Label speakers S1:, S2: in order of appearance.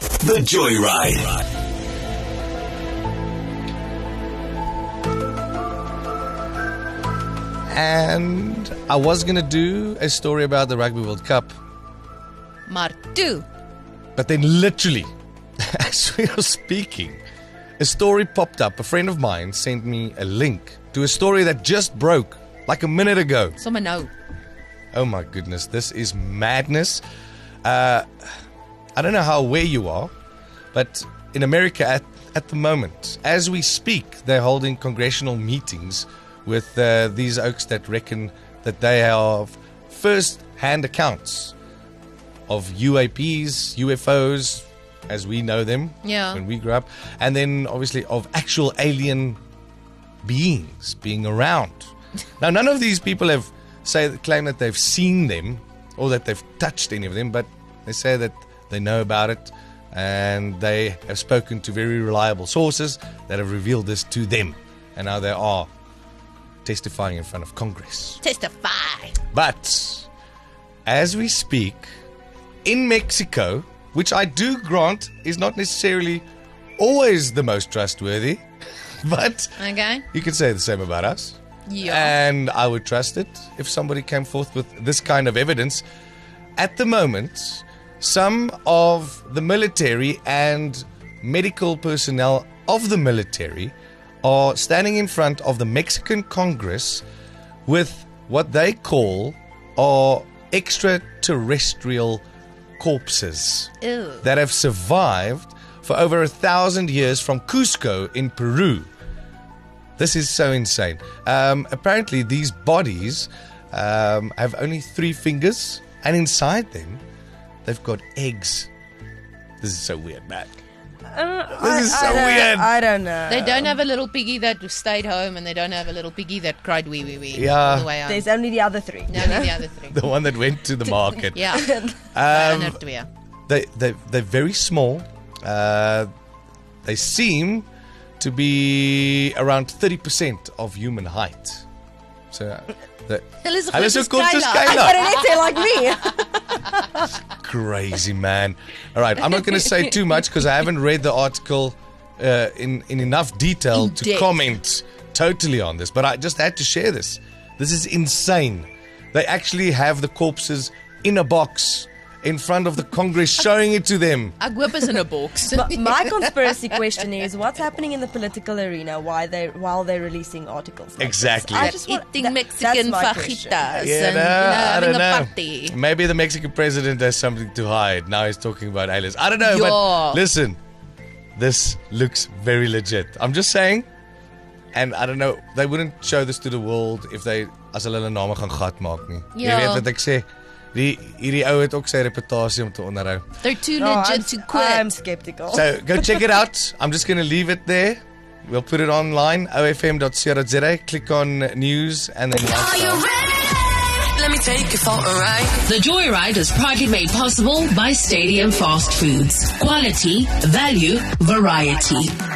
S1: The Joyride.
S2: And I was going to do a story about the Rugby World Cup,
S3: Martu.
S2: but then literally, as we were speaking, a story popped up. A friend of mine sent me a link to a story that just broke like a minute ago.
S3: Sommer nou.
S2: Oh my goodness, this is madness. Uh, I don't know how aware you are, but in America at, at the moment, as we speak, they're holding congressional meetings with uh, these oaks that reckon that they have first hand accounts of UAPs, UFOs, as we know them
S3: Yeah.
S2: when we grew up, and then obviously of actual alien beings being around. Now, none of these people have say claim that they've seen them or that they've touched any of them, but they say that they know about it and they have spoken to very reliable sources that have revealed this to them, and now they are testifying in front of Congress.
S3: Testify.
S2: But as we speak, in Mexico, which I do grant is not necessarily always the most trustworthy, but
S3: Okay.
S2: you could say the same about us.
S3: Yeah.
S2: And I would trust it if somebody came forth with this kind of evidence. At the moment, some of the military and medical personnel of the military are standing in front of the Mexican Congress with what they call are extraterrestrial corpses
S3: Ew.
S2: that have survived for over a thousand years from Cusco in Peru. This is so insane. Um, apparently, these bodies um, have only three fingers, and inside them, they've got eggs. This is so weird, man.
S4: Uh, I,
S2: This is so
S4: I don't,
S2: weird.
S4: I don't know.
S3: They don't have a little piggy that stayed home, and they don't have a little piggy that cried wee wee wee.
S2: Yeah.
S3: All the way home.
S4: There's only the other three.
S3: no, no, the other three.
S2: The one that went to the market.
S3: Yeah.
S2: Um,
S3: Ander twee.
S2: they, they, they're very small. Uh, they seem to be around 30% of human height. So, uh, the,
S3: Hulle is
S2: Hulle is so
S3: goed
S2: kort
S3: as
S2: soos
S3: Kyla.
S2: Kyla.
S4: But it's uh, like me.
S2: crazy man. All right, I'm not going to say too much because I haven't read the article uh, in in enough detail
S3: In
S2: to
S3: depth.
S2: comment totally on this. But I just had to share this. This is insane. They actually have the corpses in a box in front of the Congress, showing it to them.
S3: Ek hoop is in 'n boks.
S4: My conspiracy question is: What's happening in the political arena? Why they while they're releasing articles? Like
S2: Exactly.
S4: This? I
S2: They're
S4: just want,
S3: Eating
S4: that-
S3: Mexican
S4: that's my question.
S3: fajitas
S2: Yeah,
S3: and
S2: no, I don't
S3: you know, having a
S2: know.
S3: party.
S2: Maybe the Mexican president has something to hide. Now he's talking about aliens. I don't know,
S3: Yeah.
S2: but listen, this looks very legit. I'm just saying, and I don't know, they wouldn't show this to the world if they as hulle hulle name gaan gat maak nie.
S3: Ja.
S2: Jy weet wat ek sê. Die hierdie ou het ook sy reputasie om te onderhou.
S3: They're too
S4: No, Oh, I'm,
S3: legit to
S4: I'm
S3: quit.
S4: skeptical.
S2: So go check it out. I'm just going to leave it there. We'll put it online ofm.co.za. Click on news and then lifestyle.
S5: Let me take you for a ride.
S6: The Joyride is proudly made possible by Stadium Fast Foods. Quality, value, variety.